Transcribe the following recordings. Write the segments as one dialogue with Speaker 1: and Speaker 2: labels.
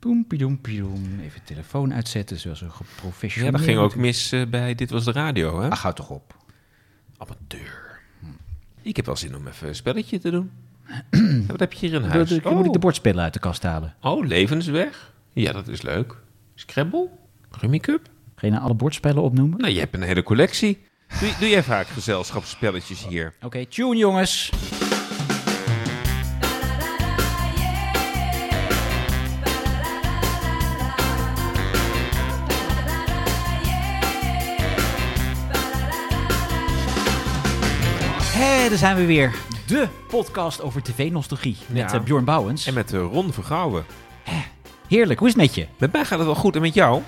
Speaker 1: Poem, piedoem, piedoem. Even telefoon uitzetten, zoals een geprofessioneel.
Speaker 2: Ja, dat ging ook mis eh, bij Dit Was de Radio, hè?
Speaker 1: Ach, Hm. houd toch op.
Speaker 2: amateur. Ik heb wel zin om even een spelletje te doen. Ja, Wat heb je hier in huis?
Speaker 1: Moet ik-
Speaker 2: oh.
Speaker 1: Moet ik de bordspellen uit de kast halen?
Speaker 2: oh, levensweg. Ja, dat is leuk. Scrabble? Rummy Cup?
Speaker 1: Ga je nou alle bordspellen opnoemen?
Speaker 2: Nou, je hebt een hele collectie. Doe, doe jij vaak gezelschapsspelletjes hier?
Speaker 1: Oké, tune jongens. Hé, daar zijn we weer. De podcast over tv-nostalgie met
Speaker 2: Ja.
Speaker 1: eh, Bjorn Bouwens.
Speaker 2: En met eh, Ron Vergouwen.
Speaker 1: Heerlijk, hoe is het met je?
Speaker 2: Met mij gaat het wel goed en met jou?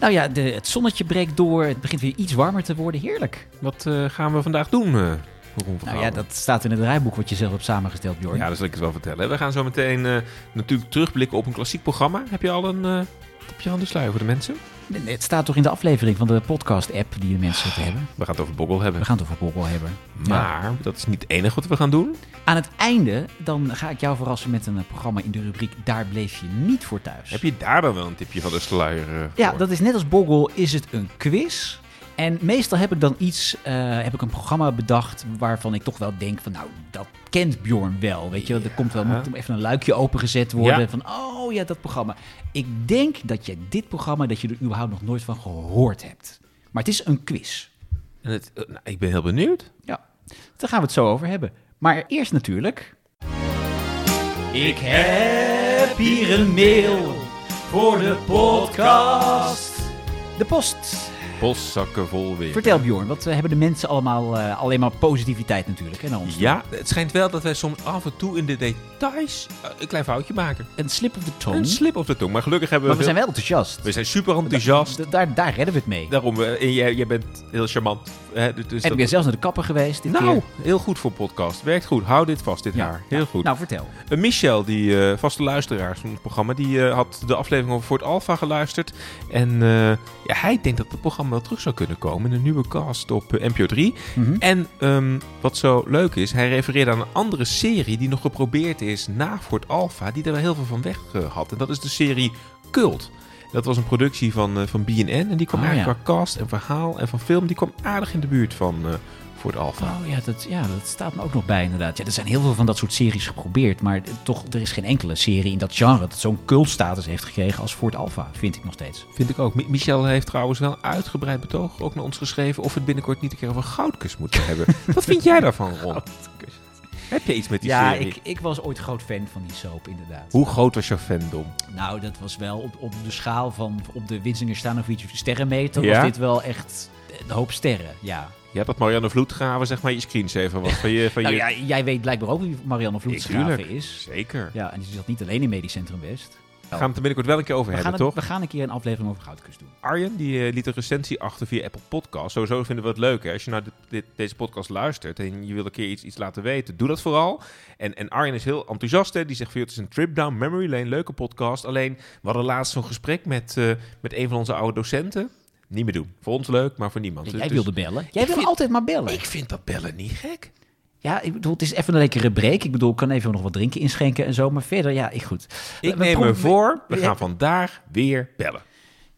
Speaker 1: Nou ja, de, het zonnetje breekt door. Het begint weer iets warmer te worden. Heerlijk.
Speaker 2: Wat eh, gaan we vandaag doen, eh, Ron Vergouwen?
Speaker 1: Nou ja, dat staat in het rijboek wat je zelf hebt samengesteld, Bjorn.
Speaker 2: Ja, dat zal ik het wel vertellen. We gaan zo meteen eh, natuurlijk terugblikken op een klassiek programma. Heb je al een eh tipje aan de sluier voor de mensen?
Speaker 1: Nee, nee, Het staat toch in de aflevering van de podcast-app die de mensen het hebben.
Speaker 2: We gaan het over Bobbel hebben.
Speaker 1: We gaan het over Borrel hebben.
Speaker 2: Maar dat is niet het enige wat we gaan doen.
Speaker 1: Aan het einde, dan ga ik jou verrassen met een eh, programma in de rubriek Daar bleef je niet voor thuis.
Speaker 2: Heb je daar dan wel een tipje van de sluier eh,
Speaker 1: Ja,
Speaker 2: voor?
Speaker 1: dat is net als Boggle, is het een quiz. En meestal heb ik dan iets, eh, heb ik een programma bedacht waarvan ik toch wel denk van, nou, dat kent Bjorn wel. Weet je, wel, er komt wel, moet even een luikje opengezet worden
Speaker 2: Ja.
Speaker 1: van, oh ja, dat programma. Ik denk dat je dit programma, dat je er überhaupt nog nooit van gehoord hebt. Maar het is een quiz.
Speaker 2: En het, eh, nou, ik ben heel benieuwd.
Speaker 1: Ja, daar gaan we het zo over hebben. Maar eerst natuurlijk. Ik heb hier een mail voor de podcast. De post.
Speaker 2: Postzakken vol weer.
Speaker 1: Vertel Bjorn, wat eh, hebben de mensen allemaal? eh, alleen maar positiviteit natuurlijk. Hè, naar ons.
Speaker 2: Ja, het schijnt wel dat wij soms af en toe in de details eh, een klein foutje maken.
Speaker 1: Een slip of the
Speaker 2: Een
Speaker 1: tongue.
Speaker 2: slip op de tong, maar gelukkig hebben we...
Speaker 1: Maar we zijn wel enthousiast.
Speaker 2: we zijn super enthousiast.
Speaker 1: Da- Daar, daar redden we het mee.
Speaker 2: Daarom, eh, en jij, jij bent heel charmant. hè, dus
Speaker 1: En
Speaker 2: dat-
Speaker 1: ik ben zelfs naar de kapper geweest dit
Speaker 2: nou,
Speaker 1: keer.
Speaker 2: heel goed voor podcast. Werkt goed. Hou dit vast dit
Speaker 1: Ja,
Speaker 2: jaar. Heel goed.
Speaker 1: Nou, vertel.
Speaker 2: Eh, Michel, die eh, vaste luisteraar van het programma, die eh, had de aflevering over Voor het Alpha geluisterd. En eh, ja, hij denkt dat het programma wel terug zou kunnen komen in een nieuwe cast op eh, NPO 3.
Speaker 1: Mhm.
Speaker 2: En ehm, wat zo leuk is, hij refereerde aan een andere serie die nog geprobeerd is na Fort Alpha, die er wel heel veel van weg eh, had. En dat is de serie Cult. Dat was een productie van, eh, van BNN en die kwam
Speaker 1: Oh,
Speaker 2: eigenlijk
Speaker 1: ja.
Speaker 2: qua cast en verhaal en van film, die kwam aardig in de buurt van eh Fort Alpha.
Speaker 1: Oh ja dat, ja, dat staat me ook nog bij inderdaad. Ja, er zijn heel veel van dat soort series geprobeerd, maar eh, toch, er is geen enkele serie in dat genre dat zo'n cultstatus heeft gekregen als Fort Alpha, vind ik nog steeds.
Speaker 2: Vind ik ook. Mi- Michel heeft trouwens wel uitgebreid betoog ook naar ons geschreven of we het binnenkort niet een keer over goudkus moeten hebben. Wat vind jij daarvan, Ron? Heb je iets met die
Speaker 1: Ja,
Speaker 2: serie?
Speaker 1: ik, ik was ooit groot fan van die soap, inderdaad.
Speaker 2: Hoe groot was jouw fandom?
Speaker 1: Nou, dat was wel op, op de schaal van op de Winsinger Stanovic sterrenmeter,
Speaker 2: Ja?
Speaker 1: was dit wel echt een hoop sterren, ja.
Speaker 2: Ja, dat Marianne Vloedgraven zeg maar je screensaver was van je... Van
Speaker 1: Nou
Speaker 2: je...
Speaker 1: ja, jij weet blijkbaar ook wie Marianne
Speaker 2: tuurlijk.
Speaker 1: Vloedsgraven is.
Speaker 2: Zeker.
Speaker 1: Ja, en die zat niet alleen in Medisch Centrum West.
Speaker 2: Gaan we het er binnenkort wel een keer over
Speaker 1: We gaan,
Speaker 2: hebben,
Speaker 1: het-
Speaker 2: toch?
Speaker 1: we gaan een keer een aflevering over Goudkust doen.
Speaker 2: Arjen die eh, liet een recensie achter via Apple Podcast. Sowieso vinden we het leuk. Hè? Als je nou dit, dit- deze podcast luistert en je wil een keer iets, iets laten weten, doe dat vooral. En, en Arjen is heel enthousiast. Hè? Die zegt: van, "Joh, Het is een trip down memory lane, leuke podcast. Alleen we hadden laatst zo'n gesprek met, eh, met een van onze oude docenten. Niet meer doen. Voor ons leuk, maar voor niemand.
Speaker 1: Ja,
Speaker 2: Dus-
Speaker 1: jij
Speaker 2: dus-
Speaker 1: wilde bellen. Jij wil
Speaker 2: vind-
Speaker 1: altijd maar bellen.
Speaker 2: Ik vind dat bellen niet gek.
Speaker 1: Ja, ik bedoel, het is even een lekkere break. Ik bedoel, ik kan even nog wat drinken inschenken en zo. Maar verder, ja, ik goed.
Speaker 2: Ik
Speaker 1: We- we
Speaker 2: neem me
Speaker 1: proeven-
Speaker 2: voor, we
Speaker 1: we-
Speaker 2: gaan vandaag weer bellen.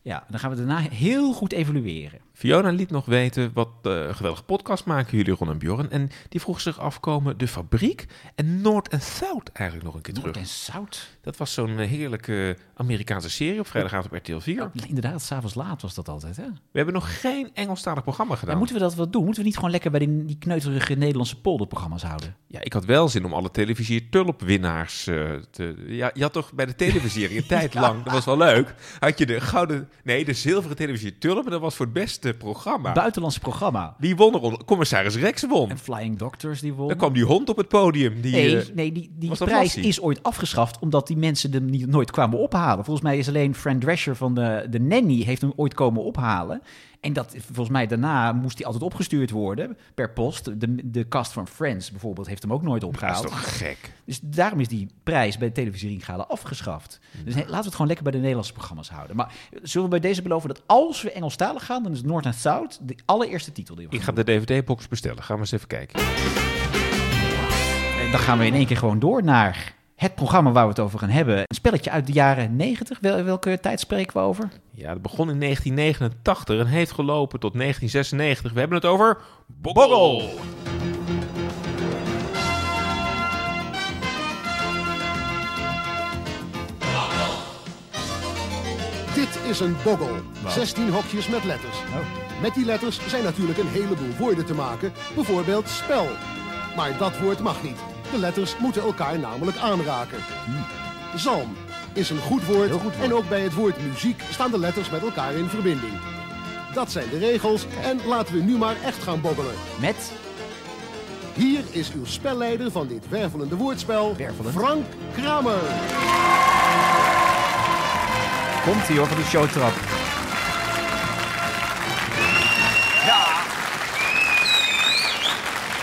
Speaker 1: Ja, dan gaan we daarna heel goed evalueren.
Speaker 2: Fiona liet nog weten wat eh geweldige podcast maken jullie Ron en Bjorn. En die vroeg zich afkomen de fabriek en Noord en South eigenlijk nog een keer terug.
Speaker 1: Noord en zout.
Speaker 2: Dat was zo'n eh, heerlijke Amerikaanse serie op vrijdagavond op RTL 4.
Speaker 1: Inderdaad, s'avonds laat was dat altijd, hè?
Speaker 2: We hebben nog geen Engelstalig programma
Speaker 1: Maar
Speaker 2: gedaan.
Speaker 1: moeten we dat wel doen? Moeten we niet gewoon lekker bij die, die kneuterige Nederlandse polderprogramma's houden?
Speaker 2: Ja, ik had wel zin om alle televisier tulpwinnaars eh, te... Ja, je had toch bij de televisier een tijd lang, dat was wel leuk, had je de gouden... Nee, de zilveren televisier tulp en dat was voor het beste programma.
Speaker 1: Buitenlandse programma.
Speaker 2: Wie won er? onder- Commissaris Rex won.
Speaker 1: En Flying Doctors die
Speaker 2: Dan
Speaker 1: wonnen.
Speaker 2: kwam die hond op het podium. Die,
Speaker 1: Nee,
Speaker 2: eh,
Speaker 1: nee, die, die
Speaker 2: was dat
Speaker 1: prijs
Speaker 2: Lassie?
Speaker 1: is ooit afgeschaft omdat die mensen hem niet, nooit kwamen ophalen. Volgens mij is alleen Fran Drescher van de, de Nanny heeft hem ooit komen ophalen. En dat, volgens mij daarna moest hij altijd opgestuurd worden per post. De, de kast van Friends bijvoorbeeld heeft hem ook nooit
Speaker 2: dat is
Speaker 1: opgehaald.
Speaker 2: toch gek.
Speaker 1: Dus daarom is die prijs bij de televisie Gala afgeschaft. Dus nee, laten we het gewoon lekker bij de Nederlandse programma's houden. Maar zullen we bij deze beloven dat als we Engelstalig gaan, dan is Noord en Zuid de allereerste titel die we
Speaker 2: Ik
Speaker 1: gaan
Speaker 2: ga de DVD-box bestellen. Gaan we eens even kijken.
Speaker 1: En Dan gaan we in één keer gewoon door naar het programma waar we het over gaan hebben. Een spelletje uit de jaren 90. Wel, welke tijd spreken we over?
Speaker 2: Ja, dat begon in 1989 en heeft gelopen tot 1996. We hebben het over Bobbel.
Speaker 3: Bobbel.
Speaker 4: Dit is een boggel. 16 hokjes met letters.
Speaker 1: Oh.
Speaker 4: Met die letters zijn natuurlijk een heleboel woorden te maken. Bijvoorbeeld spel. Maar dat woord mag niet. De letters moeten elkaar namelijk aanraken. Zalm is een goed woord,
Speaker 1: Hmm. Heel goed woord.
Speaker 4: En ook bij het woord muziek staan de letters met elkaar in verbinding. Dat zijn de regels. En laten we nu maar echt gaan bobbelen.
Speaker 1: Met
Speaker 4: Hier is uw spelleider van dit wervelende woordspel,
Speaker 1: Wervelend.
Speaker 4: Frank Kramer.
Speaker 1: Komt ie hoor, van de showtrap.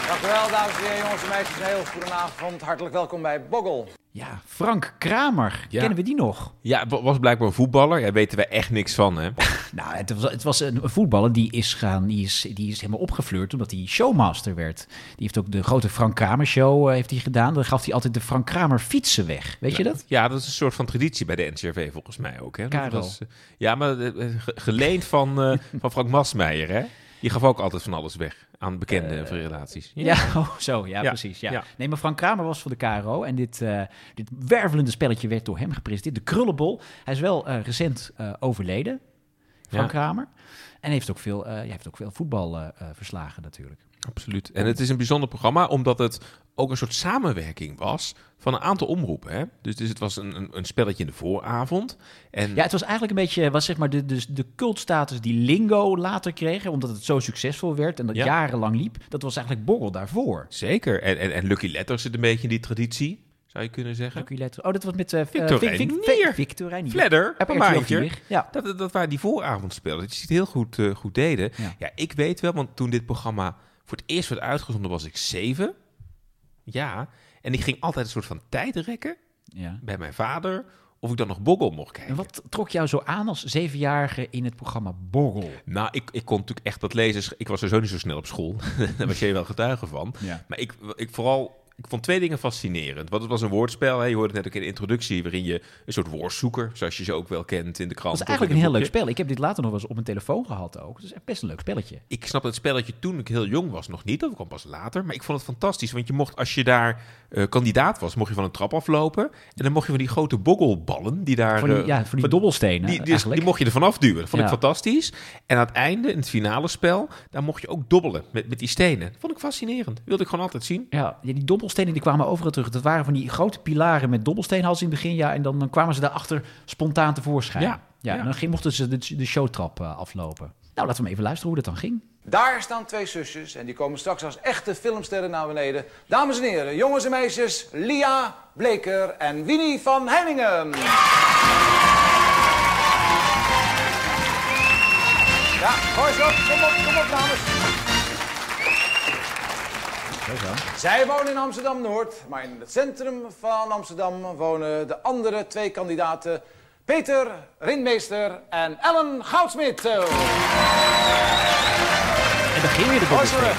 Speaker 5: Dank u wel, dames en heren, jongens en meisjes. Een heel goedenavond. Hartelijk welkom bij Boggel.
Speaker 1: Ja, Frank Kramer.
Speaker 2: Ja.
Speaker 1: Kennen we die nog?
Speaker 2: Ja, wa- was blijkbaar een voetballer. Daar weten wij echt niks van, hè?
Speaker 1: Nou, het was, het was een voetballer die is, gaan, die is, die is helemaal opgefleurd omdat hij showmaster werd. Die heeft ook de grote Frank Kramer show eh, heeft hij gedaan. Dan gaf hij altijd de Frank Kramer fietsen weg. Weet je dat?
Speaker 2: Ja, dat is een soort van traditie bij de NCRV volgens mij ook, hè? Dat
Speaker 1: Karel.
Speaker 2: was, eh, ja, maar eh, eh, ge- geleend van, eh, van Frank Masmeijer, hè? Die gaf ook altijd van alles weg aan bekende
Speaker 1: Eh,
Speaker 2: relaties.
Speaker 1: Ja, oh, zo, ja,
Speaker 2: Ja,
Speaker 1: precies. Ja.
Speaker 2: ja.
Speaker 1: Nee, maar Frank Kramer was voor de KRO en dit, eh, dit wervelende spelletje werd door hem gepresenteerd. De krullenbol. Hij is wel eh, recent eh, overleden, Frank Kramer. En heeft ook veel, eh, hij heeft ook veel voetbal eh, eh, verslagen natuurlijk.
Speaker 2: Absoluut. En het is een bijzonder programma omdat het ook een soort samenwerking was van een aantal omroepen. Hè? Dus, dus het was een, een, een spelletje in de vooravond. En
Speaker 1: Ja, het was eigenlijk een beetje, was zeg maar de, dus de, de cultstatus die Lingo later kreeg, omdat het zo succesvol werd en dat
Speaker 2: Ja.
Speaker 1: jarenlang liep. Dat was eigenlijk Borrel daarvoor.
Speaker 2: zeker. En, en, en Lucky Letters zit een beetje in die traditie, zou je kunnen zeggen.
Speaker 1: Lucky Letter- Oh, dat was met eh
Speaker 2: Victorijn
Speaker 1: eh, Vic- Vic-
Speaker 2: Nier.
Speaker 1: Vic- Victorijn Nier.
Speaker 2: Fladder,
Speaker 1: Op
Speaker 2: een
Speaker 1: RTL
Speaker 2: maandje.
Speaker 1: vier. Ja.
Speaker 2: Dat, dat, dat waren die vooravondspellen. Dat je het heel goed, eh, goed deden.
Speaker 1: Ja.
Speaker 2: Ja. ik weet wel, want toen dit programma voor het eerst werd uitgezonden, was ik zeven. Ja, en ik ging altijd een soort van tijd rekken
Speaker 1: ja.
Speaker 2: bij mijn vader of ik dan nog Boggel mocht kijken.
Speaker 1: En wat trok jou zo aan als zevenjarige in het programma Borrel?
Speaker 2: Nou, ik, ik kon natuurlijk echt dat lezen. Dus Ik was sowieso niet zo snel op school. Daar was jij wel getuige van.
Speaker 1: Ja.
Speaker 2: Maar ik, ik vooral... Ik vond twee dingen fascinerend. Want het was een woordspel. Hè? Je hoorde het net ook in de introductie... waarin je een soort woordzoeker... zoals je ze ook wel kent in de krant.
Speaker 1: Dat is
Speaker 2: of in
Speaker 1: eigenlijk een heel
Speaker 2: boekje.
Speaker 1: leuk spel. Ik heb dit later nog wel eens op mijn telefoon gehad ook. Het is echt best een leuk spelletje.
Speaker 2: ik snap het spelletje toen ik heel jong was nog niet. Dat kwam pas later. Maar ik vond het fantastisch. Want je mocht, als je daar eh, kandidaat was, mocht je van een trap aflopen. En dan mocht je van die grote boggelballen die daar.
Speaker 1: Van die,
Speaker 2: eh,
Speaker 1: ja, van die dobbelstenen
Speaker 2: die, die,
Speaker 1: eigenlijk.
Speaker 2: die mocht je ervan afduwen. Dat vond
Speaker 1: Ja.
Speaker 2: ik fantastisch. En aan het einde, in het finale spel, daar mocht je ook dobbelen met, met die stenen. Dat vond ik fascinerend. Dat wilde ik gewoon altijd zien.
Speaker 1: ja, ja, die dobbelstenen die kwamen overal terug. Dat waren van die grote pilaren met dobbelsteenhals in het begin. Ja, en dan, dan kwamen ze daarachter spontaan tevoorschijn.
Speaker 2: Ja,
Speaker 1: ja,
Speaker 2: ja.
Speaker 1: En dan ging, mochten ze de, de showtrap eh, aflopen. Nou, laten we hem even luisteren hoe dat dan ging.
Speaker 5: Daar staan twee zusjes en die komen straks als echte filmsterren naar beneden. Dames en heren, jongens en meisjes, Lia Bleker en Winnie van Heiningen. Ja, gooi ze op. Kom op, kom op, dames. Zij wonen in Amsterdam-Noord, maar in het centrum van Amsterdam wonen de andere twee kandidaten... Peter Rindmeester en Ellen Goudsmit.
Speaker 1: En dan ging weer de dobbelstenen.
Speaker 5: Luisteren.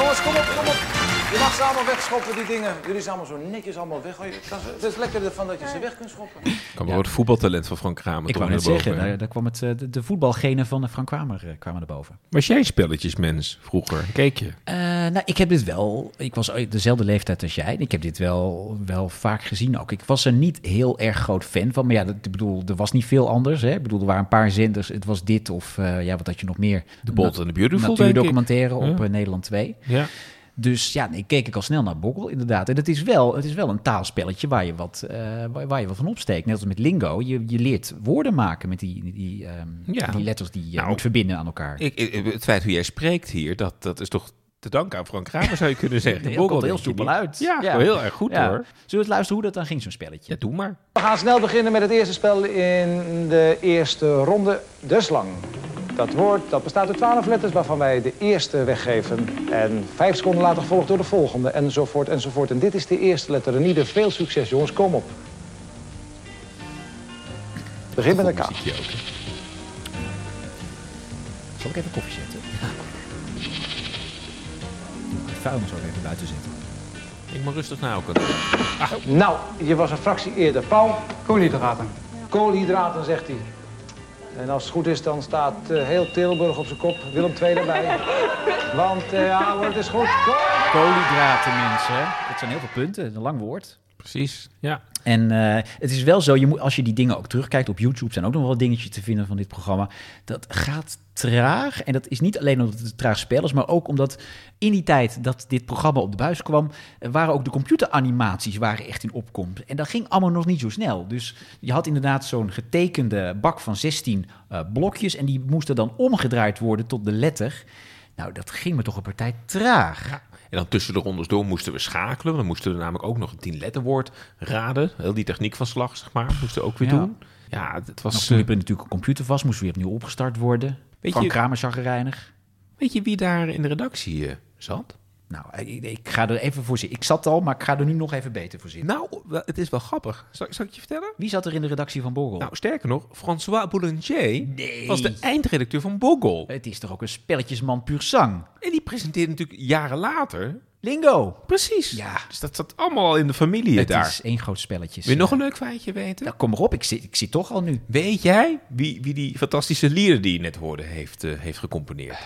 Speaker 5: Jongens, kom op, kom op. Je mag ze allemaal wegschoppen, die dingen. Jullie zijn allemaal zo netjes allemaal weggooien. Dat is- Het is lekker ervan dat je ze weg kunt schoppen.
Speaker 2: Kan wel het voetbaltalent van Frank Kramer
Speaker 1: Ik wou net zeggen, daar, daar kwam het, eh, de, de voetbalgenen van eh, Frank Kramer eh, kwamen erboven.
Speaker 2: Was jij spelletjesmens vroeger? Keek je?
Speaker 1: Eh, nou, ik heb dit wel. Ik was ooit dezelfde leeftijd als jij. En ik heb dit wel, wel vaak gezien ook. Ik was er niet heel erg groot fan van. Maar ja, dat, ik bedoel, er was niet veel anders. Hè? Ik bedoel, er waren een paar zenders. Het was dit of eh, ja, wat had je nog meer?
Speaker 2: De Bold and the Beautiful, denk ik.
Speaker 1: Natuurdocumentaire op
Speaker 2: Ja.
Speaker 1: eh, Nederland 2.
Speaker 2: Ja.
Speaker 1: Dus ja, nee, keek ik al snel naar Bokkel, inderdaad. En het is wel, het is wel een taalspelletje waar je, wat, eh, waar, waar je wat van opsteekt. Net als met lingo. Je, je leert woorden maken met die, die, ehm,
Speaker 2: Ja.
Speaker 1: die letters die je
Speaker 2: Nou,
Speaker 1: moet verbinden aan elkaar.
Speaker 2: Ik, ik- het feit hoe jij spreekt hier, dat, dat is toch te danken aan Frank Kramer, zou je kunnen zeggen.
Speaker 1: Nee, dat
Speaker 2: Boggel
Speaker 1: komt heel
Speaker 2: denk je
Speaker 1: soepel
Speaker 2: niet.
Speaker 1: uit.
Speaker 2: Ja,
Speaker 1: Ja.
Speaker 2: wel heel erg goed
Speaker 1: Ja.
Speaker 2: hoor.
Speaker 1: Zullen we eens luisteren hoe dat dan ging, zo'n spelletje?
Speaker 2: Ja, doe maar.
Speaker 5: We gaan snel beginnen met het eerste spel in de eerste ronde, de slang. Dat woord dat bestaat uit 12 letters waarvan wij de eerste weggeven. En vijf seconden later gevolgd door de volgende, enzovoort, enzovoort. En dit is de eerste letter. En ieder veel succes, jongens. Kom op. Begin met een K.
Speaker 2: Muziekje ook, hè.
Speaker 1: Zal ik even koffie zetten? Ja. Ik vuil zo even buiten zitten.
Speaker 2: Ik moet rustig na elkaar.
Speaker 5: Nou, je was een fractie eerder. Paul,
Speaker 3: Koolhydraten.
Speaker 5: koolhydraten, zegt hij. En als het goed is, dan staat eh, heel Tilburg op zijn kop. Willem II erbij. Want eh, ja, hoor, het is goed. Kool-
Speaker 1: Koolhydraten, mensen. Dat zijn heel veel punten. Dat is een lang woord.
Speaker 2: Precies, ja.
Speaker 1: En eh, het is wel zo, je moet, als je die dingen ook terugkijkt op YouTube, zijn ook nog wel wat dingetjes te vinden van dit programma. Dat gaat traag. En dat is niet alleen omdat het traag spel is, maar ook omdat in die tijd dat dit programma op de buis kwam, eh, waren ook de computeranimaties waren echt in opkomst. En dat ging allemaal nog niet zo snel. Dus je had inderdaad zo'n getekende bak van 16 eh, blokjes en die moesten dan omgedraaid worden tot de letter. Nou, dat ging me toch een partij traag.
Speaker 2: En dan tussen de rondes door moesten we schakelen. want Dan moesten we namelijk ook nog een tien letterwoord raden. Heel die techniek van slag, zeg maar, moesten we ook weer
Speaker 1: Ja.
Speaker 2: doen. Ja, het
Speaker 1: Dan
Speaker 2: was... eh,
Speaker 1: sliep er natuurlijk een computer vast, moest weer opnieuw opgestart worden.
Speaker 2: Weet
Speaker 1: Frank
Speaker 2: je-
Speaker 1: Kramer chagrijnig.
Speaker 2: eh, weet je wie daar in de redactie eh, zat?
Speaker 1: Nou, ik, ik ga er even voor zitten. Ik zat al, maar ik ga er nu nog even beter voor zitten.
Speaker 2: Nou, wel, het is wel grappig. Zal, zal ik je vertellen?
Speaker 1: Wie zat er in de redactie van Borrel?
Speaker 2: Nou, sterker nog, François Boulanger
Speaker 1: Nee.
Speaker 2: was de eindredacteur van Boggle.
Speaker 1: het is toch ook een spelletjesman puur sang?
Speaker 2: En die presenteerde natuurlijk jaren later.
Speaker 1: Lingo!
Speaker 2: Precies.
Speaker 1: Ja.
Speaker 2: Dus dat zat allemaal al in de familie
Speaker 1: het
Speaker 2: daar.
Speaker 1: is één groot spelletje.
Speaker 2: Wil je nog een leuk feitje weten?
Speaker 1: Nou, kom maar op. Ik zit, ik zit toch al nu.
Speaker 2: Weet jij wie, wie die fantastische lieren die je net hoorde heeft, eh, heeft gecomponeerd?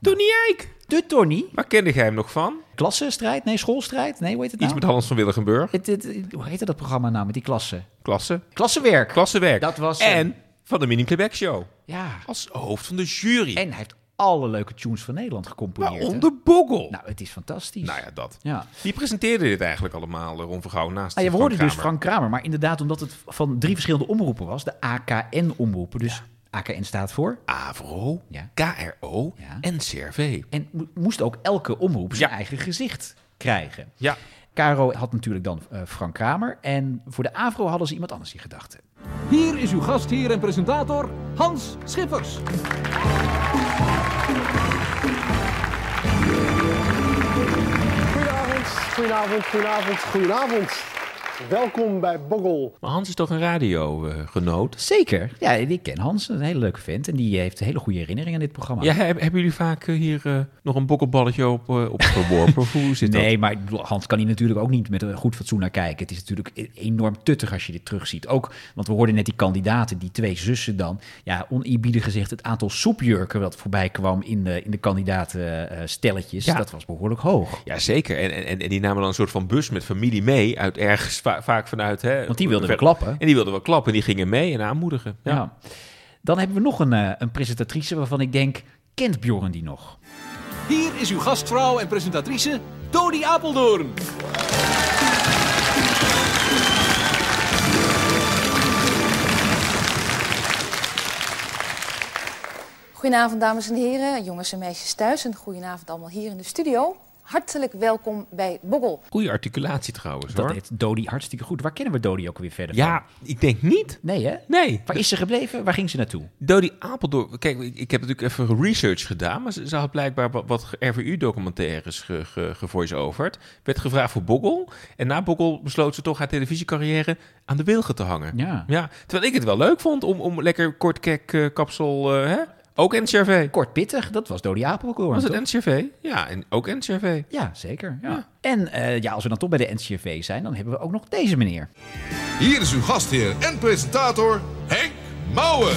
Speaker 2: Tony Eijk!
Speaker 1: De Tony.
Speaker 2: Waar kende jij hem nog van?
Speaker 1: Klassenstrijd? Nee, schoolstrijd? Nee, hoe heet het
Speaker 2: Iets
Speaker 1: nou?
Speaker 2: met Hans van Willigenburg.
Speaker 1: Het- het- hoe heette dat programma nou met die klassen?
Speaker 2: Klasse.
Speaker 1: Klassenwerk.
Speaker 2: Klassenwerk.
Speaker 1: Dat was hem.
Speaker 2: en van de Mini Playback Show.
Speaker 1: ja.
Speaker 2: Als hoofd van de jury.
Speaker 1: En hij heeft alle leuke tunes van Nederland gecomponeerd. hè?
Speaker 2: Waaronder Boggle. Nou,
Speaker 1: Nou, het is fantastisch.
Speaker 2: ja, dat.
Speaker 1: ja.
Speaker 2: Die presenteerde dit eigenlijk allemaal, eh, Ron Vergouw, naast
Speaker 1: Ah, je
Speaker 2: Frank
Speaker 1: hoorde dus
Speaker 2: Kramer.
Speaker 1: Frank Kramer, maar inderdaad omdat het van drie verschillende omroepen was, de AKN-omroepen. Dus AKN staat voor.
Speaker 2: AVRO,
Speaker 1: Ja.
Speaker 2: KRO
Speaker 1: Ja.
Speaker 2: en CRV.
Speaker 1: En mo- moest ook elke omroep zijn
Speaker 2: Ja.
Speaker 1: eigen gezicht krijgen.
Speaker 2: Ja.
Speaker 1: Caro had natuurlijk dan eh, Frank Kramer. En voor de AVRO hadden ze iemand anders in gedachten.
Speaker 3: Hier is uw gastheer en presentator Hans Schippers.
Speaker 4: Goedenavond, goedenavond, goedenavond, goedenavond. Welkom bij Boggel.
Speaker 2: Maar Hans is toch een eh, radiogenoot?
Speaker 1: Zeker. Ja, ik ken Hans, een hele leuke vent. En die heeft een hele goede herinnering aan dit programma.
Speaker 2: ja, heb- hebben jullie vaak eh, hier eh, nog een bokkelballetje op, eh, op geworpen? Of Hoe zit
Speaker 1: Nee, maar ik bedoel, Hans kan hier natuurlijk ook niet met een goed fatsoen naar kijken. Het is natuurlijk e- enorm tuttig als je dit terugziet. Ook, want we hoorden net die kandidaten, die twee zussen dan. Ja, oneerbiedig gezegd, het aantal soepjurken wat voorbij kwam in de, in de kandidatenstelletjes,
Speaker 2: Ja.
Speaker 1: dat was behoorlijk hoog.
Speaker 2: dat? Ja, zeker. En, en, en die namen dan een soort van bus met familie mee. Uit ergens va- vaak vanuit... Hè,
Speaker 1: Want die wilden
Speaker 2: ver-
Speaker 1: wel klappen.
Speaker 2: En die wilden wel klappen. En die gingen mee en aanmoedigen.
Speaker 1: Ja. Dan hebben we nog een, eh, een presentatrice waarvan ik denk, kent Bjorn die nog?
Speaker 3: Hier is uw gastvrouw en presentatrice Tony Apeldoorn.
Speaker 6: Goedenavond, dames en heren, jongens en meisjes thuis en goedenavond allemaal hier in de studio. Hartelijk welkom bij Boggel.
Speaker 2: Goede articulatie trouwens,
Speaker 1: Dat
Speaker 2: hoor.
Speaker 1: heet Dodie hartstikke goed. Waar kennen we Dodie ook weer verder van?
Speaker 2: Ja, ik denk niet.
Speaker 1: Nee hè?
Speaker 2: Nee.
Speaker 1: Waar is ze gebleven? Waar ging ze naartoe?
Speaker 2: Dodie Apeldoorn. Kijk, ik, ik heb natuurlijk even research gedaan. Maar ze, ze had blijkbaar wat, wat RVU-documentaires ge, ge, gevoice-overd. Werd gevraagd voor Boggle. En na Boggle besloot ze toch haar televisiecarrière aan de wilgen te hangen.
Speaker 1: Ja.
Speaker 2: Terwijl ik het wel leuk vond om, om lekker kort kek eh, kapsel. eh, hè? Ook NCRV.
Speaker 1: Kort pittig, dat was Dodie Apeldoorn.
Speaker 2: Was
Speaker 1: toch?
Speaker 2: het NCRV? Ja, en ook NCRV.
Speaker 1: Ja, zeker. Ja. En eh, ja, als we dan toch bij de NCRV zijn, dan hebben we ook nog deze meneer.
Speaker 7: Hier is uw gastheer en presentator Henk Mouwen.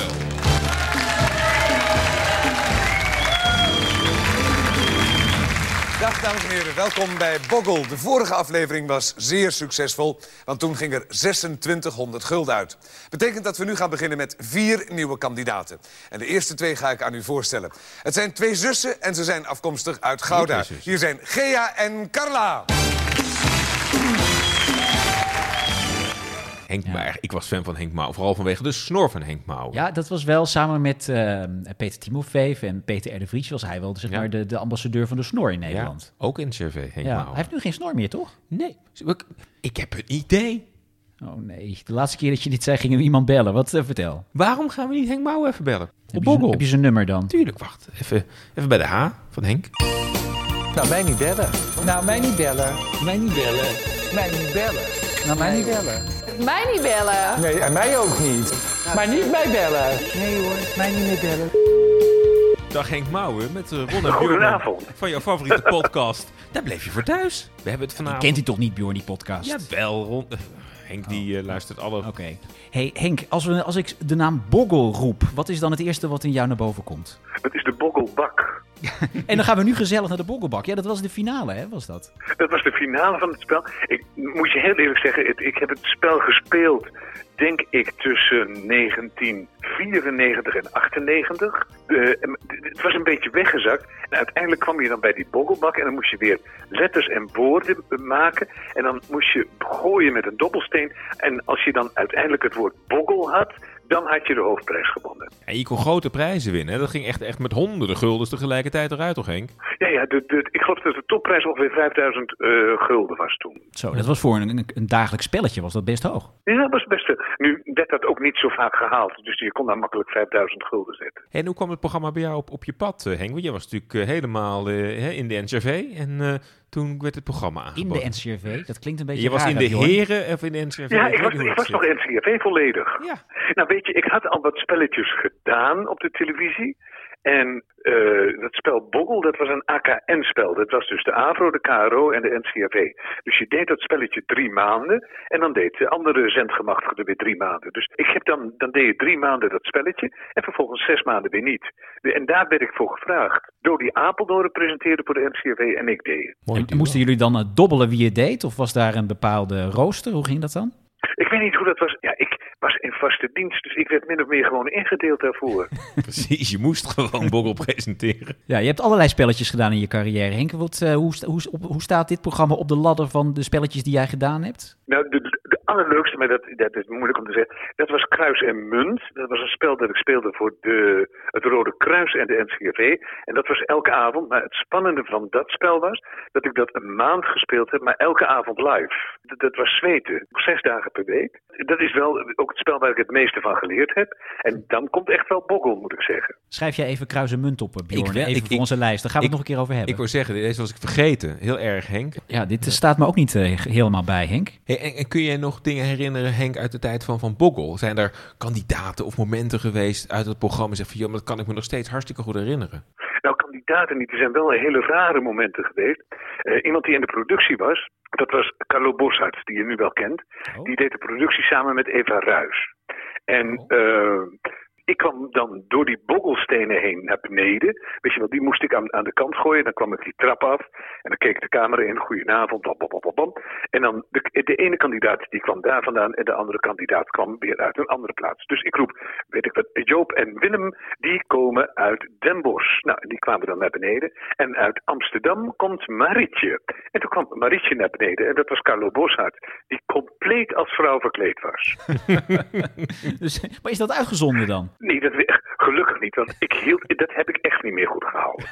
Speaker 8: Dag dames en heren, welkom bij Boggle. De vorige aflevering was zeer succesvol, want toen ging er 2600 gulden uit. Betekent dat we nu gaan beginnen met vier nieuwe kandidaten. En de eerste twee ga ik aan u voorstellen. Het zijn twee zussen en ze zijn afkomstig uit Gouda. Hier zijn Gea en Carla.
Speaker 2: Henk Maar, ik was fan van Henk Mouw. Vooral vanwege de snor van Henk Mouw.
Speaker 1: Ja, dat was wel samen met eh, Peter Timofeev en Peter R. de Vries was hij wel zeg
Speaker 2: Ja.
Speaker 1: maar, de, de ambassadeur van de snor in Nederland.
Speaker 2: ook NCRV, Henk
Speaker 1: Ja.
Speaker 2: Mouw.
Speaker 1: Hij heeft nu geen snor meer, toch?
Speaker 2: Nee. Ik- Ik heb een idee.
Speaker 1: Oh nee, de laatste keer dat je dit zei, ging er iemand bellen. Wat eh, vertel.
Speaker 2: Waarom gaan we niet Henk Mouw even bellen?
Speaker 1: Heb
Speaker 2: Op
Speaker 1: je, zijn-
Speaker 2: Boggle.
Speaker 1: heb je zijn nummer dan?
Speaker 2: Tuurlijk, wacht. Even, even bij de H van Henk.
Speaker 3: Nou, mij niet bellen. Nou, mij niet bellen. Mij niet bellen. Mij niet bellen. Nou, mij niet bellen. Nou,
Speaker 6: Mij niet bellen.
Speaker 3: Nee, en mij ook niet. Maar niet mij bellen. Nee hoor, mij niet meer bellen.
Speaker 2: Dag Henk Mouwen met eh Ron en
Speaker 9: Goedenavond.
Speaker 2: Björn van jouw favoriete podcast. Daar bleef je voor thuis. We hebben het vanavond.
Speaker 1: Kent hij toch niet, Bjorn, die podcast?
Speaker 2: Jawel, Ron. eh, Henk die eh, luistert alle...
Speaker 1: Oké. Hey Henk, als, we, als ik de naam Boggle roep, wat is dan het eerste wat in jou naar boven komt?
Speaker 9: Het is de bokkelbak.
Speaker 1: En dan gaan we nu gezellig naar de Bogglebak. Ja, dat was de finale, hè, was dat?
Speaker 9: Dat was de finale van het spel. Ik moet je heel eerlijk zeggen, het- ik heb het spel gespeeld, denk ik, tussen 1994 en 98. Eh, en d- d- het was een beetje weggezakt. En uiteindelijk kwam je dan bij die bokkelbak en dan moest je weer letters en woorden eh, maken. En dan moest je gooien met een dobbelsteen. En als je dan uiteindelijk het woord bokkel had, dan had je de hoofdprijs gewonnen.
Speaker 2: En je kon grote prijzen winnen. hè. Dat ging echt, echt met honderden guldens tegelijkertijd eruit, toch Henk?
Speaker 9: Ja, ja de, de- ik geloof dat de topprijs ongeveer 5000 eh, gulden was toen.
Speaker 1: Zo, dat was voor een, een dagelijks spelletje, was dat best hoog.
Speaker 9: Ja, dat was best veel. Nu werd dat ook niet zo vaak gehaald. Dus je kon daar makkelijk 5000 gulden zetten.
Speaker 2: En hoe kwam het programma bij jou op, op je pad, eh, Henk? Want jij was natuurlijk eh, helemaal eh, hè, in de NCRV. En eh, toen werd het programma
Speaker 1: In
Speaker 2: aangeboden.
Speaker 1: de NCRV, dat klinkt een beetje
Speaker 2: Je was
Speaker 1: raar,
Speaker 2: in
Speaker 1: hè,
Speaker 2: de
Speaker 1: Bjorn?
Speaker 2: heren of in de NCRV?
Speaker 9: Ja,
Speaker 2: weet
Speaker 9: ik was,
Speaker 2: niet hoe
Speaker 9: ik
Speaker 2: dat
Speaker 9: was nog
Speaker 2: zit.
Speaker 9: NCRV volledig.
Speaker 2: Ja.
Speaker 9: Nou weet je, ik had al wat spelletjes gedaan op de televisie. En eh, dat spel Boggel, dat was een AKN-spel. Dat was dus de AVRO, de KRO en de NCRV. Dus je deed dat spelletje drie maanden. En dan deed de andere zendgemachtigde weer drie maanden. Dus ik heb dan, dan deed je drie maanden dat spelletje. En vervolgens zes maanden weer niet. De- En daar werd ik voor gevraagd. Dodie Apeldoorn presenteerde voor de NCRV en ik deed het.
Speaker 2: Mooi
Speaker 1: En
Speaker 2: duo.
Speaker 1: moesten jullie dan eh, dobbelen wie je deed? Of was daar een bepaalde rooster? Hoe ging dat dan?
Speaker 9: Ik weet niet hoe dat was. Ja, ik was in vaste dienst, dus ik werd min of meer gewoon ingedeeld daarvoor.
Speaker 2: Precies, je moest gewoon Boggle presenteren.
Speaker 1: Ja, je hebt allerlei spelletjes gedaan in je carrière. Henk, wat, eh, hoe, sta- hoe, s- op- hoe staat dit programma op de ladder van de spelletjes die jij gedaan hebt?
Speaker 9: nou, de, de allerleukste, maar dat, dat is moeilijk om te zeggen, dat was Kruis en Munt. Dat was een spel dat ik speelde voor de, het Rode Kruis en de NCRV. En dat was elke avond. Maar het spannende van dat spel was dat ik dat een maand gespeeld heb, maar elke avond live. Dat, dat was zweten, zes dagen per week. Dat is wel ook het spel waar ik het meeste van geleerd heb. En dan komt echt wel boggel, moet ik zeggen.
Speaker 1: Schrijf jij even Kruis en Munt op, eh, Bjorn.
Speaker 2: Ik wel-
Speaker 1: even
Speaker 2: ik-
Speaker 1: voor
Speaker 2: ik-
Speaker 1: onze lijst. Daar gaan we
Speaker 2: ik-
Speaker 1: het nog een keer over hebben.
Speaker 2: Ik wou zeggen, deze was ik vergeten. Heel erg, Henk.
Speaker 1: ja, dit eh, staat me ook niet eh, helemaal bij, Henk.
Speaker 2: Hey, en, en kun je nog dingen herinneren, Henk, uit de tijd van Van Boggle? Zijn er kandidaten of momenten geweest uit het programma? Zeg van, joh, maar dat kan ik me nog steeds hartstikke goed herinneren.
Speaker 9: Nou, kandidaten niet. Er zijn wel hele rare momenten geweest. Eh, iemand die in de productie was, dat was Carlo Bossart, die je nu wel kent. Die deed de productie samen met Eva Ruijs. En eh, ik kwam dan door die boggelstenen heen naar beneden. Weet je wel, die moest ik aan, aan de kant gooien. Dan kwam ik die trap af. En dan keek de camera in. Goedenavond, bam, bam, bam, bam, bam. En dan, de, de ene kandidaat die kwam daar vandaan. En de andere kandidaat kwam weer uit een andere plaats. Dus ik roep, weet ik wat, Joop en Willem, die komen uit Den Bosch. Nou, en die kwamen dan naar beneden. En uit Amsterdam komt Marietje. En toen kwam Marietje naar beneden. En dat was Carlo Boshart. Die compleet als vrouw verkleed was.
Speaker 1: Dus, maar is dat uitgezonden dan?
Speaker 9: Nee, dat we- gelukkig niet, want ik hield, dat heb ik echt niet meer goed gehouden.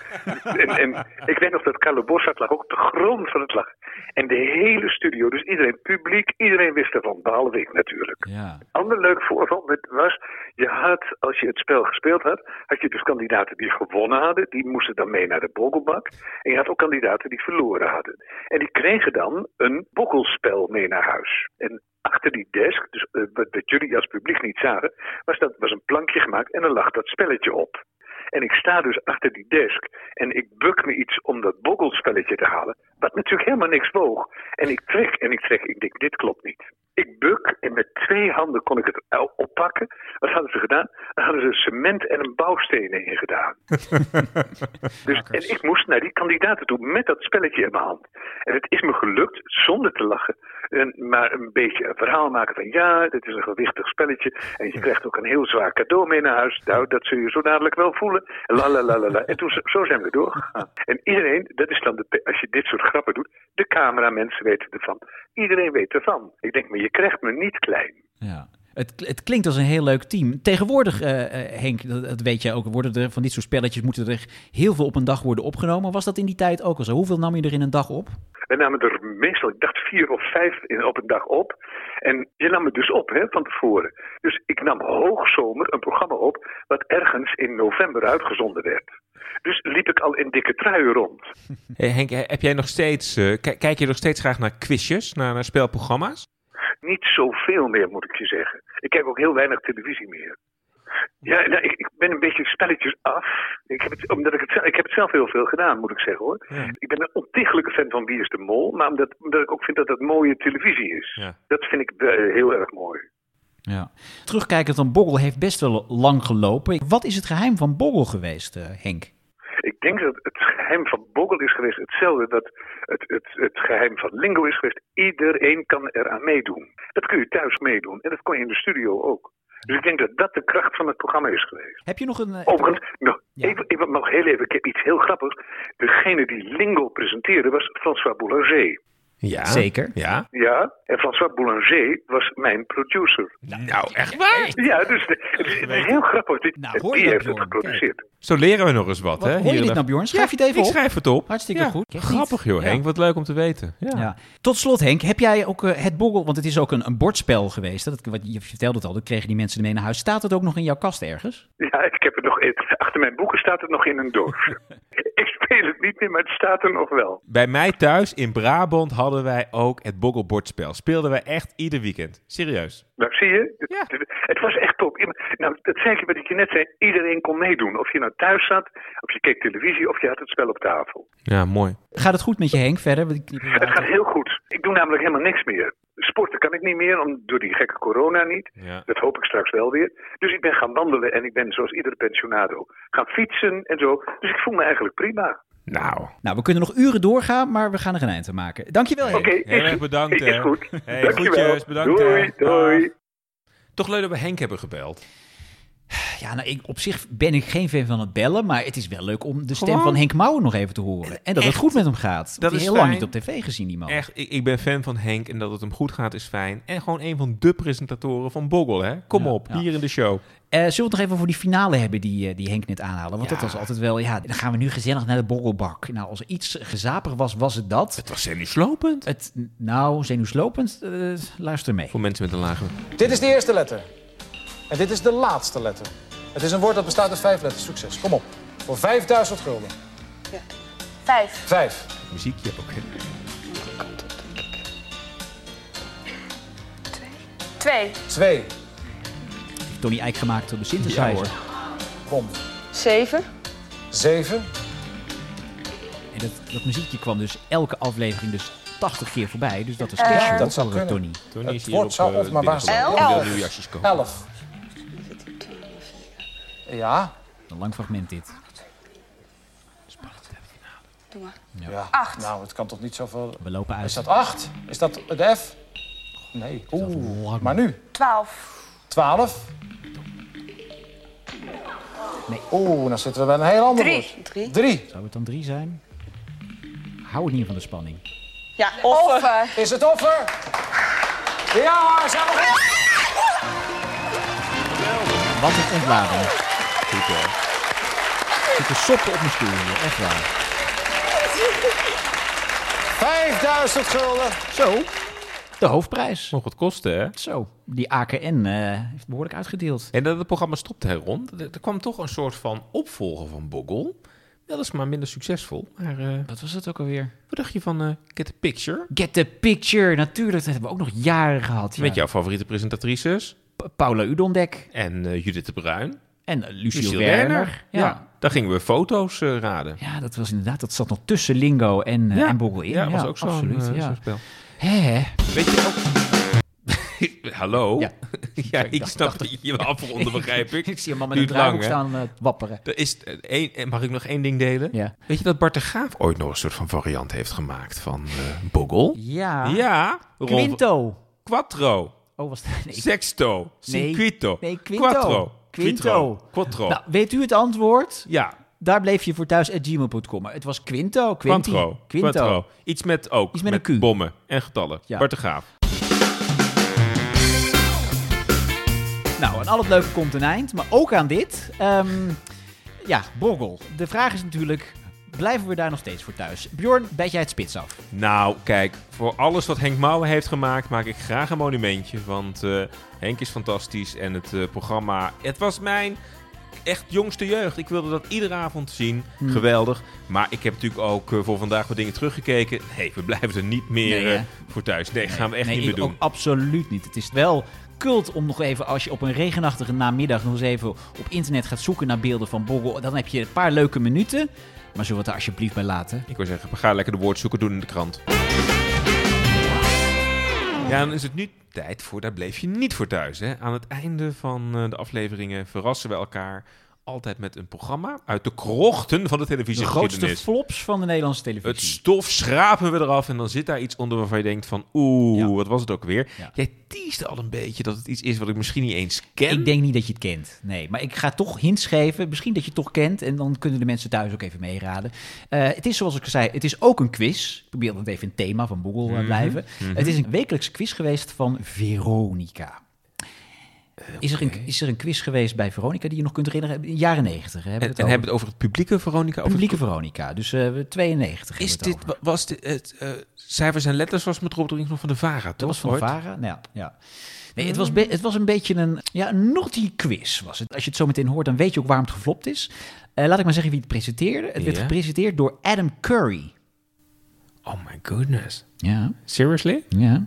Speaker 9: En, en ik weet nog dat Carlo Bossart lag ook op de grond van het lag. En de hele studio, dus iedereen publiek, iedereen wist ervan, behalve ik natuurlijk.
Speaker 1: Ja.
Speaker 9: Ander leuk voorval met- was, je had, als je het spel gespeeld had, had je dus kandidaten die gewonnen hadden, die moesten dan mee naar de bokkelbak. En je had ook kandidaten die verloren hadden. En die kregen dan een bokkelspel mee naar huis. En achter die desk, dus eh, wat, wat jullie als publiek niet zagen, was, dat, was een plankje gemaakt en dan lag dat spelletje op. En ik sta dus achter die desk en ik buk me iets om dat bokkelspelletje te halen, wat natuurlijk helemaal niks woog. En ik trek en ik trek, ik denk, dit klopt niet. Ik buk en met twee handen kon ik het el- oppakken. Wat hadden ze gedaan? Daar hadden ze cement en een bouwstenen in gedaan. dus, en ik moest naar die kandidaten toe met dat spelletje in mijn hand. En het is me gelukt, zonder te lachen, en maar een beetje een verhaal maken van ja, dit is een gewichtig spelletje. En je krijgt ook een heel zwaar cadeau mee naar huis. Nou, dat zul je zo dadelijk wel voelen. La la la la la. En toen, z- zo zijn we doorgegaan. En iedereen, dat is dan de, pe- als je dit soort grappen doet, de cameramensen weten ervan. Iedereen weet ervan. Ik denk, maar je krijgt me niet klein.
Speaker 1: Ja. Het, het klinkt als een heel leuk team. Tegenwoordig, eh, eh, Henk, dat, dat weet jij ook, worden er van dit soort spelletjes moeten er heel veel op een dag worden opgenomen. Was dat in die tijd ook al zo? Hoeveel nam je er in een dag op?
Speaker 9: We namen er meestal, ik dacht, vier of vijf in, op een dag op. En je nam het dus op hè, van tevoren. Dus ik nam hoogzomer een programma op wat ergens in november uitgezonden werd. Dus liep ik al in dikke trui rond.
Speaker 2: Hey, Henk, he- heb jij nog steeds, eh, ki- kijk je nog steeds graag naar quizjes, naar, naar spelprogramma's?
Speaker 9: Niet zoveel meer, moet ik je zeggen. Ik kijk ook heel weinig televisie meer. Ja, nou, ik, ik ben een beetje spelletjes af. Ik heb, het, omdat ik, het, zel- ik heb het zelf heel veel gedaan, moet ik zeggen hoor. Ik ben een ontiegelijke fan van Wie is de Mol. Maar omdat, omdat ik ook vind dat dat mooie televisie is.
Speaker 2: Ja.
Speaker 9: Dat vind ik eh, heel erg mooi.
Speaker 1: Ja. Terugkijkend, dan Boggel heeft best wel lang gelopen. Wat is het geheim van Boggel geweest, eh, Henk?
Speaker 9: Ik denk dat het geheim van Boggel is geweest hetzelfde dat het, het, het geheim van Lingo is geweest. Iedereen kan eraan meedoen. Dat kun je thuis meedoen en dat kon je in de studio ook. Dus ik denk dat dat de kracht van het programma is geweest.
Speaker 1: Heb je nog een... eh,
Speaker 9: Overigens, nog,
Speaker 1: Ja.
Speaker 9: even, even, nog heel even, ik heb iets heel grappigs. Degene die Lingo presenteerde was François Boulanger.
Speaker 2: Ja.
Speaker 1: Zeker.
Speaker 2: Ja.
Speaker 9: Ja, en François Boulanger was mijn producer.
Speaker 2: Nou, echt waar?
Speaker 9: Ja, dus de- het is, het is heel grappig. Die,
Speaker 1: Nou, hoor je
Speaker 9: die
Speaker 1: dat,
Speaker 9: heeft het
Speaker 1: Bjorn?
Speaker 9: geproduceerd.
Speaker 2: Zo leren we nog eens wat,
Speaker 1: Wat-
Speaker 2: hè?
Speaker 1: hoor je
Speaker 2: hier
Speaker 1: dit
Speaker 2: en daar.
Speaker 1: nou, Bjorn? Schrijf je het even
Speaker 2: ik
Speaker 1: op.
Speaker 2: schrijf het op.
Speaker 1: Hartstikke goed. Kijk niet.
Speaker 2: Grappig, joh,
Speaker 1: Ja.
Speaker 2: Henk. Wat leuk om te weten. Ja.
Speaker 1: Ja. Tot slot, Henk, heb jij ook eh, het boggel? Want het is ook een, een bordspel geweest. hè? Dat, wat, je vertelde het al, dat kregen die mensen ermee naar huis. Staat het ook nog in jouw kast ergens?
Speaker 9: Ja, ik heb het nog. het- Achter mijn boeken staat het nog in een doos. ik speel het niet meer, maar het staat er nog wel.
Speaker 2: Bij mij thuis in Brabant hadden wij ook het boggelbordspel. Speelden wij echt ieder weekend. Serieus.
Speaker 9: Nou, zie je?
Speaker 2: Ja.
Speaker 9: Het, het was echt top. Nou, dat zei ik wat ik je net zei. Iedereen kon meedoen. Of je nou thuis zat, of je keek televisie, of je had het spel op tafel.
Speaker 2: Ja, mooi.
Speaker 1: Gaat het goed met je, Henk, verder? Want ik-
Speaker 9: Het gaat heel goed. Ik doe namelijk helemaal niks meer. Sporten kan ik niet meer, om, door die gekke corona niet.
Speaker 2: Ja.
Speaker 9: Dat hoop ik straks wel weer. Dus ik ben gaan wandelen en ik ben, zoals iedere pensionado, gaan fietsen en zo. Dus ik voel me eigenlijk prima.
Speaker 2: Nou.
Speaker 1: Nou, we kunnen nog uren doorgaan, maar we gaan er een eind aan maken. Dankjewel, Henk.
Speaker 9: Oké, is
Speaker 2: heel erg
Speaker 9: goed.
Speaker 2: bedankt,
Speaker 9: Is
Speaker 2: hè.
Speaker 9: goed.
Speaker 2: Hey,
Speaker 9: Dankjewel.
Speaker 2: groetjes, bedankt, hè.
Speaker 9: Doei, doei.
Speaker 2: Toch leuk dat we Henk hebben gebeld.
Speaker 1: Ja, nou, ik, op zich ben ik geen fan van het bellen, maar het is wel leuk om de stem van Henk Mouwen nog even te horen. En dat het goed met hem gaat. Dat,
Speaker 2: is
Speaker 1: is heel lang
Speaker 2: fijn.
Speaker 1: niet op tv gezien, die man.
Speaker 2: Echt, ik, ik ben fan van Henk en dat het hem goed gaat is fijn. En gewoon een van de presentatoren van Boggel, hè? Kom
Speaker 1: Ja,
Speaker 2: op,
Speaker 1: ja.
Speaker 2: hier in de show.
Speaker 1: Eh, zullen we het nog even voor die finale hebben die, eh, die Henk net aanhaalde? Want
Speaker 2: Ja.
Speaker 1: dat was altijd wel, ja, dan gaan we nu gezellig naar de borrelbak. Nou, als er iets gezapig was, was het dat.
Speaker 2: Het was zenuwslopend.
Speaker 1: Het, nou, zenuwslopend, eh, luister mee.
Speaker 2: Voor mensen met een lage...
Speaker 5: Dit is de eerste letter. En dit is de laatste letter. Het is een woord dat bestaat uit vijf letters. Succes. Kom op. Voor 5000 gulden.
Speaker 6: Vijf.
Speaker 5: Vijf.
Speaker 2: Muziekje ook, hè?
Speaker 6: Twee.
Speaker 5: Twee.
Speaker 1: Tony Eijk gemaakt op de synthesizer.
Speaker 2: Ja, hoor.
Speaker 5: Kom.
Speaker 6: Zeven.
Speaker 5: Zeven.
Speaker 1: en dat, dat muziekje kwam dus elke aflevering dus 80 keer voorbij. Dus dat is special
Speaker 5: dat zou
Speaker 1: voor eh,
Speaker 5: kunnen.
Speaker 1: Tony.
Speaker 2: Tony
Speaker 5: Het
Speaker 2: is
Speaker 5: woord zou
Speaker 2: eh,
Speaker 5: of maar waar zijn.
Speaker 2: binnengelopen. Die wil
Speaker 6: Elf.
Speaker 2: nieuwe jasjes kopen.
Speaker 5: Elf. Ja.
Speaker 1: Een lang fragment dit.
Speaker 5: ja. Acht. Nou, het kan toch niet zoveel...
Speaker 1: We lopen
Speaker 5: Is
Speaker 1: uit.
Speaker 5: dat acht? Is dat de F? Nee. Oeh. Maar nu?
Speaker 6: Twaalf.
Speaker 5: Twaalf.
Speaker 1: Nee.
Speaker 5: Oeh, dan zitten we bij een heel ander
Speaker 6: Drie.
Speaker 5: woord. Drie.
Speaker 1: Zou het dan drie zijn? Hou het niet van de spanning.
Speaker 6: Ja, offer.
Speaker 5: Is het offer? Ja, zijn we goed.
Speaker 1: Wat een ontlading. Goed hoor. Ik zit te soppen op mijn stoel hier, echt waar.
Speaker 5: 5000 gulden.
Speaker 1: Zo, de hoofdprijs.
Speaker 2: Mocht wat kosten, hè?
Speaker 1: Zo, die AKN eh, heeft behoorlijk uitgedeeld.
Speaker 2: En dat het programma stopte heel rond. Er, er kwam toch een soort van opvolger van Boggel. Weliswaar minder succesvol. Maar eh,
Speaker 1: Wat was dat ook alweer?
Speaker 2: wat dacht je van eh Get the Picture?
Speaker 1: Get the Picture, natuurlijk. Dat hebben we ook nog jaren gehad. Ja.
Speaker 2: Met jouw favoriete presentatrices.
Speaker 1: Pa- Paula Udondek
Speaker 2: En eh, Judith de Bruin.
Speaker 1: en eh, Luciel
Speaker 2: Lucille
Speaker 1: Werner.
Speaker 2: Werner. Ja.
Speaker 1: Ja. ja.
Speaker 2: Daar gingen we foto's eh, raden.
Speaker 1: dat was inderdaad, dat zat nog tussen Lingo en, eh, en Boggel in.
Speaker 2: Ja, was ook zo'n
Speaker 1: absoluut,
Speaker 2: eh, zo'n
Speaker 1: ja.
Speaker 2: spel.
Speaker 1: Hè, hè.
Speaker 2: Weet je ook... Hallo? Ja,
Speaker 1: Ja.
Speaker 2: ik snap dat je je wil afronden, begrijp ik.
Speaker 1: Ik zie een man met een
Speaker 2: Duurt lang,
Speaker 1: draaiboek
Speaker 2: hè?
Speaker 1: staan eh, wapperen.
Speaker 2: Er is eh, één, en mag ik nog één ding delen?
Speaker 1: Ja.
Speaker 2: Weet je dat Bart de Graaf ooit nog een soort van variant heeft gemaakt van eh Boggel?
Speaker 1: Ja.
Speaker 2: Ja. Ron-
Speaker 1: Quinto.
Speaker 2: Quattro.
Speaker 1: Oh, was dat... nee,
Speaker 2: Sexto.
Speaker 1: Nee.
Speaker 2: Cinquito.
Speaker 1: Nee, quinto.
Speaker 2: Quattro.
Speaker 1: Quinto.
Speaker 2: Quattro.
Speaker 1: Nou, weet u het antwoord?
Speaker 2: ja.
Speaker 1: Daar bleef je voor thuis at gmail.com. Het was Quinto. Quinti.
Speaker 2: Quattro.
Speaker 1: Quinto.
Speaker 2: Quattro. Iets met ook.
Speaker 1: Iets met een Q.
Speaker 2: bommen en getallen.
Speaker 1: Ja.
Speaker 2: Bart de Graaf.
Speaker 1: Nou, aan al het leuke komt een eind, maar ook aan dit. Ehm, ja, Borgel. De vraag is natuurlijk, blijven we daar nog steeds voor thuis? Bjorn, bijt jij het spits af?
Speaker 2: Nou, kijk. Voor alles wat Henk Mouwen heeft gemaakt, maak ik graag een monumentje. Want eh, Henk is fantastisch en het eh, programma... Het was mijn echt jongste jeugd. Ik wilde dat iedere avond zien.
Speaker 1: Hmm.
Speaker 2: Geweldig. Maar ik heb natuurlijk ook eh, voor vandaag wat dingen teruggekeken. Nee, we blijven er niet meer
Speaker 1: Nee, hè?
Speaker 2: eh, voor thuis. Nee, gaan we echt
Speaker 1: nee,
Speaker 2: niet meer
Speaker 1: ik
Speaker 2: doen.
Speaker 1: ook absoluut niet. Het is wel cult om nog even, als je op een regenachtige namiddag nog eens even op internet gaat zoeken naar beelden van Boggel, dan heb je een paar leuke minuten. Maar zullen we het er alsjeblieft bij laten?
Speaker 2: Ik wil zeggen, ga lekker de woordzoeken doen in de krant. Ja, dan is het nu tijd voor Daar bleef je niet voor thuis. Hè? Aan het einde van eh, de afleveringen verrassen we elkaar altijd met een programma uit de krochten van
Speaker 1: De
Speaker 2: de
Speaker 1: grootste
Speaker 2: televisiegeschiedenis.
Speaker 1: flops van de Nederlandse
Speaker 2: Het
Speaker 1: televisie.
Speaker 2: stof schrapen we eraf en dan zit daar iets onder waarvan je denkt van... Oeh,
Speaker 1: Ja.
Speaker 2: wat was het ook weer?
Speaker 1: Ja.
Speaker 2: Jij teaste al een beetje dat het iets is wat ik misschien niet eens ken.
Speaker 1: Ik denk niet dat je het kent. Nee, maar ik ga toch hints geven. Misschien dat je het toch kent. En dan kunnen de mensen thuis ook even meeraden. Eh, het is zoals ik zei, het is ook een quiz. Ik probeer altijd even in het thema van Google
Speaker 2: Mhm,
Speaker 1: eh, blijven. Het is een wekelijks quiz geweest van Veronica.
Speaker 2: Eh,
Speaker 1: Is, er een, is er een quiz geweest bij Veronica die je nog kunt herinneren? In de jaren 90. Hè, hebben
Speaker 2: en
Speaker 1: we
Speaker 2: en
Speaker 1: het over.
Speaker 2: hebben we het over het publieke, Veronica? Of het
Speaker 1: publieke Veronica. Dus eh, we 92.
Speaker 2: Is
Speaker 1: hebben we het
Speaker 2: dit,
Speaker 1: over.
Speaker 2: wa- was dit, het, eh, cijfers en letters was met Rob Drink nog van de VARA, toch?
Speaker 1: Dat was van
Speaker 2: Ooit? Mm.
Speaker 1: Vara? Nou ja, ja. Nee, het was, be- het was een beetje een, ja, een naughty quiz was het. Als je het zo meteen hoort, dan weet je ook waarom het geflopt is. Eh, laat ik maar zeggen wie het presenteerde. Het werd
Speaker 2: Ja.
Speaker 1: gepresenteerd door Adam Curry.
Speaker 2: Oh my goodness.
Speaker 1: Ja,
Speaker 2: Seriously?
Speaker 1: ja.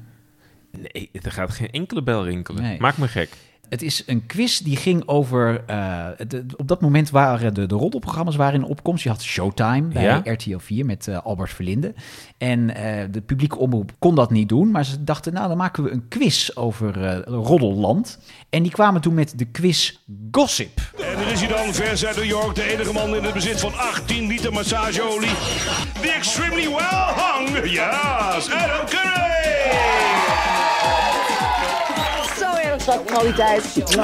Speaker 2: Nee, er gaat geen enkele bel rinkelen.
Speaker 1: Nee.
Speaker 2: Maak me gek.
Speaker 1: Het is een quiz die ging over... eh, de- op dat moment waren de, de roddelprogramma's waren in opkomst. Je had Showtime bij
Speaker 2: Ja.
Speaker 1: RTL 4 met eh, Albert Verlinde. En eh, de publieke omroep kon dat niet doen. Maar ze dachten, nou dan maken we een quiz over eh, roddelland. En die kwamen toen met de quiz Gossip.
Speaker 10: En er is hij dan, vers uit New York, de enige man in het bezit van 18 liter massageolie. The extremely well hung, yes, Adam Curry!
Speaker 11: Zo erg zat kwaliteit.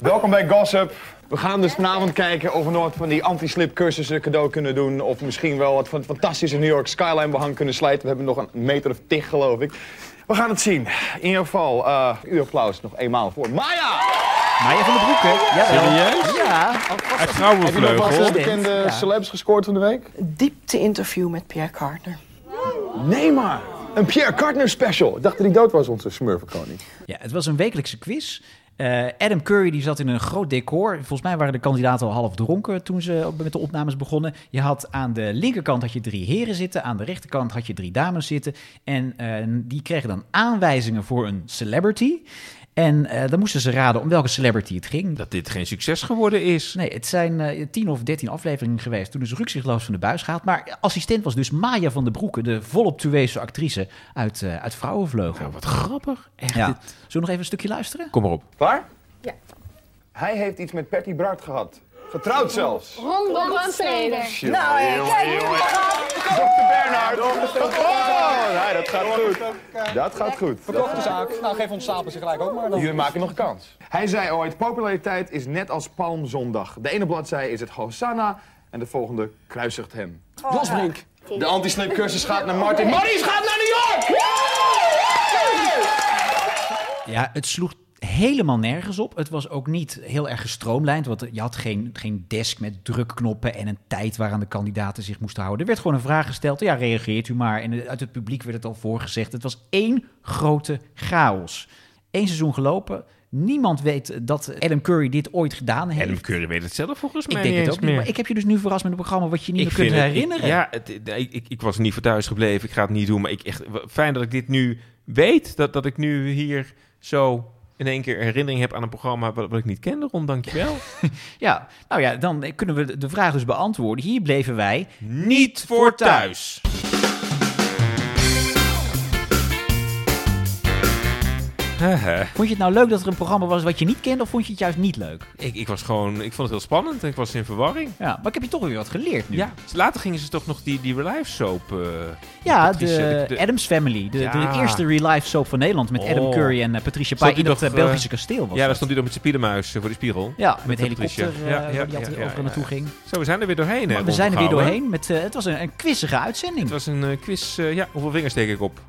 Speaker 10: Welkom bij Gossip. We gaan dus vanavond kijken of we nog wat van die anti-slip cursussen cadeau kunnen doen. Of misschien wel wat van het fantastische New York skyline behang kunnen slijten. We hebben nog een meter of tig, geloof ik. We gaan het zien. In ieder geval, eh uw applaus nog eenmaal voor Maya!
Speaker 1: Maya van de Broek, hè?
Speaker 2: Serieus?
Speaker 1: Ja,
Speaker 2: Uit vrouwenvleugel.
Speaker 1: Consistent, ja.
Speaker 10: celebs gescoord van de week?
Speaker 11: Diepte-interview met Pierre Carter.
Speaker 10: Nee maar! Een Pierre Cartner special. Ik dacht dat hij dood was, onze smurfenkoning.
Speaker 1: Ja, het was een wekelijkse quiz. Eh, Adam Curry die zat in een groot decor. Volgens mij waren de kandidaten al half dronken toen ze op- met de opnames begonnen. Je had aan de linkerkant had je drie heren zitten, aan de rechterkant had je drie dames zitten. En eh, die kregen dan aanwijzingen voor een celebrity. En eh, dan moesten ze raden om welke celebrity het ging.
Speaker 2: Dat dit geen succes geworden is.
Speaker 1: Nee, het zijn eh, tien of dertien afleveringen geweest. Toen is rukzichtloos van de buis gehaald. Maar assistent was dus Maya van den Broeke, de voluptueuze actrice uit, eh, uit Vrouwenvleugel.
Speaker 2: Nou, wat grappig. Echt.
Speaker 1: Ja.
Speaker 2: dit-
Speaker 1: Zullen we nog even een stukje luisteren?
Speaker 2: Kom maar op.
Speaker 10: Klaar?
Speaker 11: Ja.
Speaker 10: Hij heeft iets met Patty Bart gehad. Getrouwd zelfs.
Speaker 11: Ron Brandsteder. Nou, eh, kijk nu
Speaker 10: Dr. Bernhard. Oh, nee, dat gaat goed. Dat gaat goed.
Speaker 3: Verkochte zaak. Nou, geef ons stapeltje gelijk ook maar. Dan.
Speaker 10: Jullie maken nog kans. Hij zei ooit, populariteit is net als palmzondag. De ene bladzij is het Hosanna en de volgende kruisigt hem.
Speaker 3: Oh, Blasbrink.
Speaker 10: De anti-slip cursus gaat naar Martin. Maurice gaat naar New York!
Speaker 1: Ja, het sloeg helemaal nergens op. Het was ook niet heel erg gestroomlijnd, want je had geen, geen desk met drukknoppen en een tijd waaraan de kandidaten zich moesten houden. Er werd gewoon een vraag gesteld, ja, reageert u maar. En uit het publiek werd het al voorgezegd. Het was één grote chaos. Eén seizoen gelopen. Niemand weet dat Adam Curry dit ooit gedaan heeft.
Speaker 2: Adam Curry weet het zelf volgens mij
Speaker 1: ik denk
Speaker 2: niet
Speaker 1: het
Speaker 2: eens
Speaker 1: ook niet,
Speaker 2: meer.
Speaker 1: maar ik heb je dus nu verrast met een programma wat je niet meer
Speaker 2: vind
Speaker 1: kunt
Speaker 2: het- ik-
Speaker 1: herinneren.
Speaker 2: ja, het, ik, ik, ik was er niet voor thuis gebleven. Ik ga het niet doen. Maar ik echt, w- fijn dat ik dit nu weet. Dat, dat ik nu hier zo in één keer herinnering heb aan een programma wat, wat ik niet kende. Ron, dankjewel.
Speaker 1: ja, nou ja, dan kunnen we de vraag dus beantwoorden. Hier bleven wij
Speaker 2: niet voor thuis. Haha.
Speaker 1: Vond je het nou leuk dat er een programma was wat je niet kende, of vond je het juist niet leuk?
Speaker 2: ik, ik was gewoon, ik vond het heel spannend en ik was in verwarring.
Speaker 1: Ja, maar ik heb je toch weer wat geleerd nu.
Speaker 2: Ja, later gingen ze toch nog die, die live soap. eh,
Speaker 1: Ja,
Speaker 2: met Patricia,
Speaker 1: de,
Speaker 2: de-
Speaker 1: Adams Family. De,
Speaker 2: Ja.
Speaker 1: de eerste real life soap van Nederland met Adam
Speaker 2: Oh.
Speaker 1: Curry en eh, Patricia
Speaker 2: Zat
Speaker 1: Pai
Speaker 2: die
Speaker 1: in dat
Speaker 2: toch,
Speaker 1: eh, Belgische
Speaker 2: eh,
Speaker 1: kasteel. Was
Speaker 2: ja, daar
Speaker 1: dat.
Speaker 2: stond hij dan met zijn pielenmuis eh, voor de spiegel.
Speaker 1: ja, met,
Speaker 2: de politie.
Speaker 1: helikopter eh,
Speaker 2: Ja, ja,
Speaker 1: waar die altijd
Speaker 2: ja, ja,
Speaker 1: overal naartoe
Speaker 2: ja.
Speaker 1: ging.
Speaker 2: Zo, we zijn er weer doorheen. hè,
Speaker 1: Maar we
Speaker 2: Ron
Speaker 1: zijn er weer
Speaker 2: Vergouwen.
Speaker 1: doorheen. Met, eh, het was een, een quizzige uitzending.
Speaker 2: Het was een eh, quiz. eh, ja, hoeveel vingers steek ik op?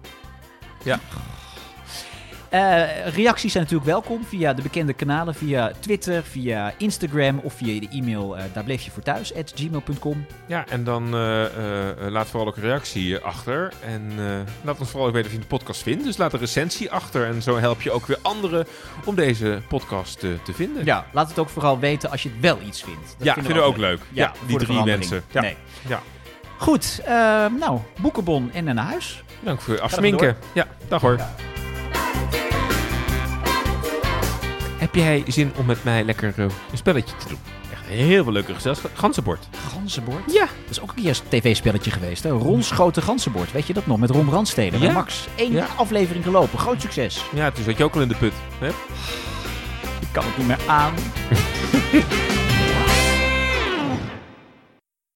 Speaker 1: Eh, reacties zijn natuurlijk welkom via de bekende kanalen. Via Twitter, via Instagram of via de e-mail. eh, daar bleef je voor thuis, at gmail.com.
Speaker 2: Ja, en dan eh, eh, eh, laat vooral ook een reactie eh, achter. En eh, laat ons vooral ook weten of je de podcast vindt. Dus laat een recensie achter. En zo help je ook weer anderen om deze podcast eh, te vinden.
Speaker 1: Ja, laat het ook vooral weten als je het wel iets vindt. Dat
Speaker 2: Ja, vinden we ook leuk. Ja,
Speaker 1: voor
Speaker 2: die
Speaker 1: de
Speaker 2: drie
Speaker 1: verandering.
Speaker 2: mensen. Ja.
Speaker 1: Nee.
Speaker 2: Ja.
Speaker 1: Goed, eh, nou, boekenbon en naar huis.
Speaker 2: Dank voor je afsminken. Ja, dag hoor.
Speaker 11: Dag.
Speaker 2: Heb jij zin om met mij lekker eh, een spelletje te doen? Echt heel veel leuke gezelschap. Ganzenbord.
Speaker 1: Ganzenbord? Ja. Dat is ook een keer een tv-spelletje geweest. Hè? Rons Grote Ganzenbord. Weet je dat nog? Met Ron Brandstede.
Speaker 2: Ja.
Speaker 1: Bij Max. Eén
Speaker 2: Ja.
Speaker 1: aflevering gelopen. Groot succes.
Speaker 2: Ja, toen zat je ook al in de put. Hè?
Speaker 1: Ik kan het niet meer aan.